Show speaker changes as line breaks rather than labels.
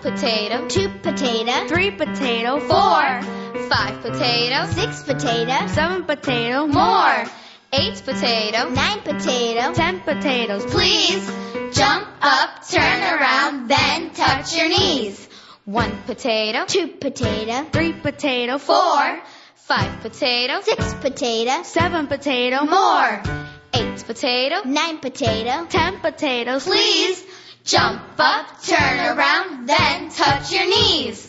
potato,
two potato,
three potato,
four,
five potato,
six potato,
seven potato,
more,
eight potato,
nine potato.
ten potatoes.
Please jump up, turn around, then touch your knees.
One potato,
Two potato,
three potato,
four,
five potato,
six potato,
seven potato,
more,
eight potato,
nine potato.
ten potatoes.
Please jump up, turn around, then touch your knees.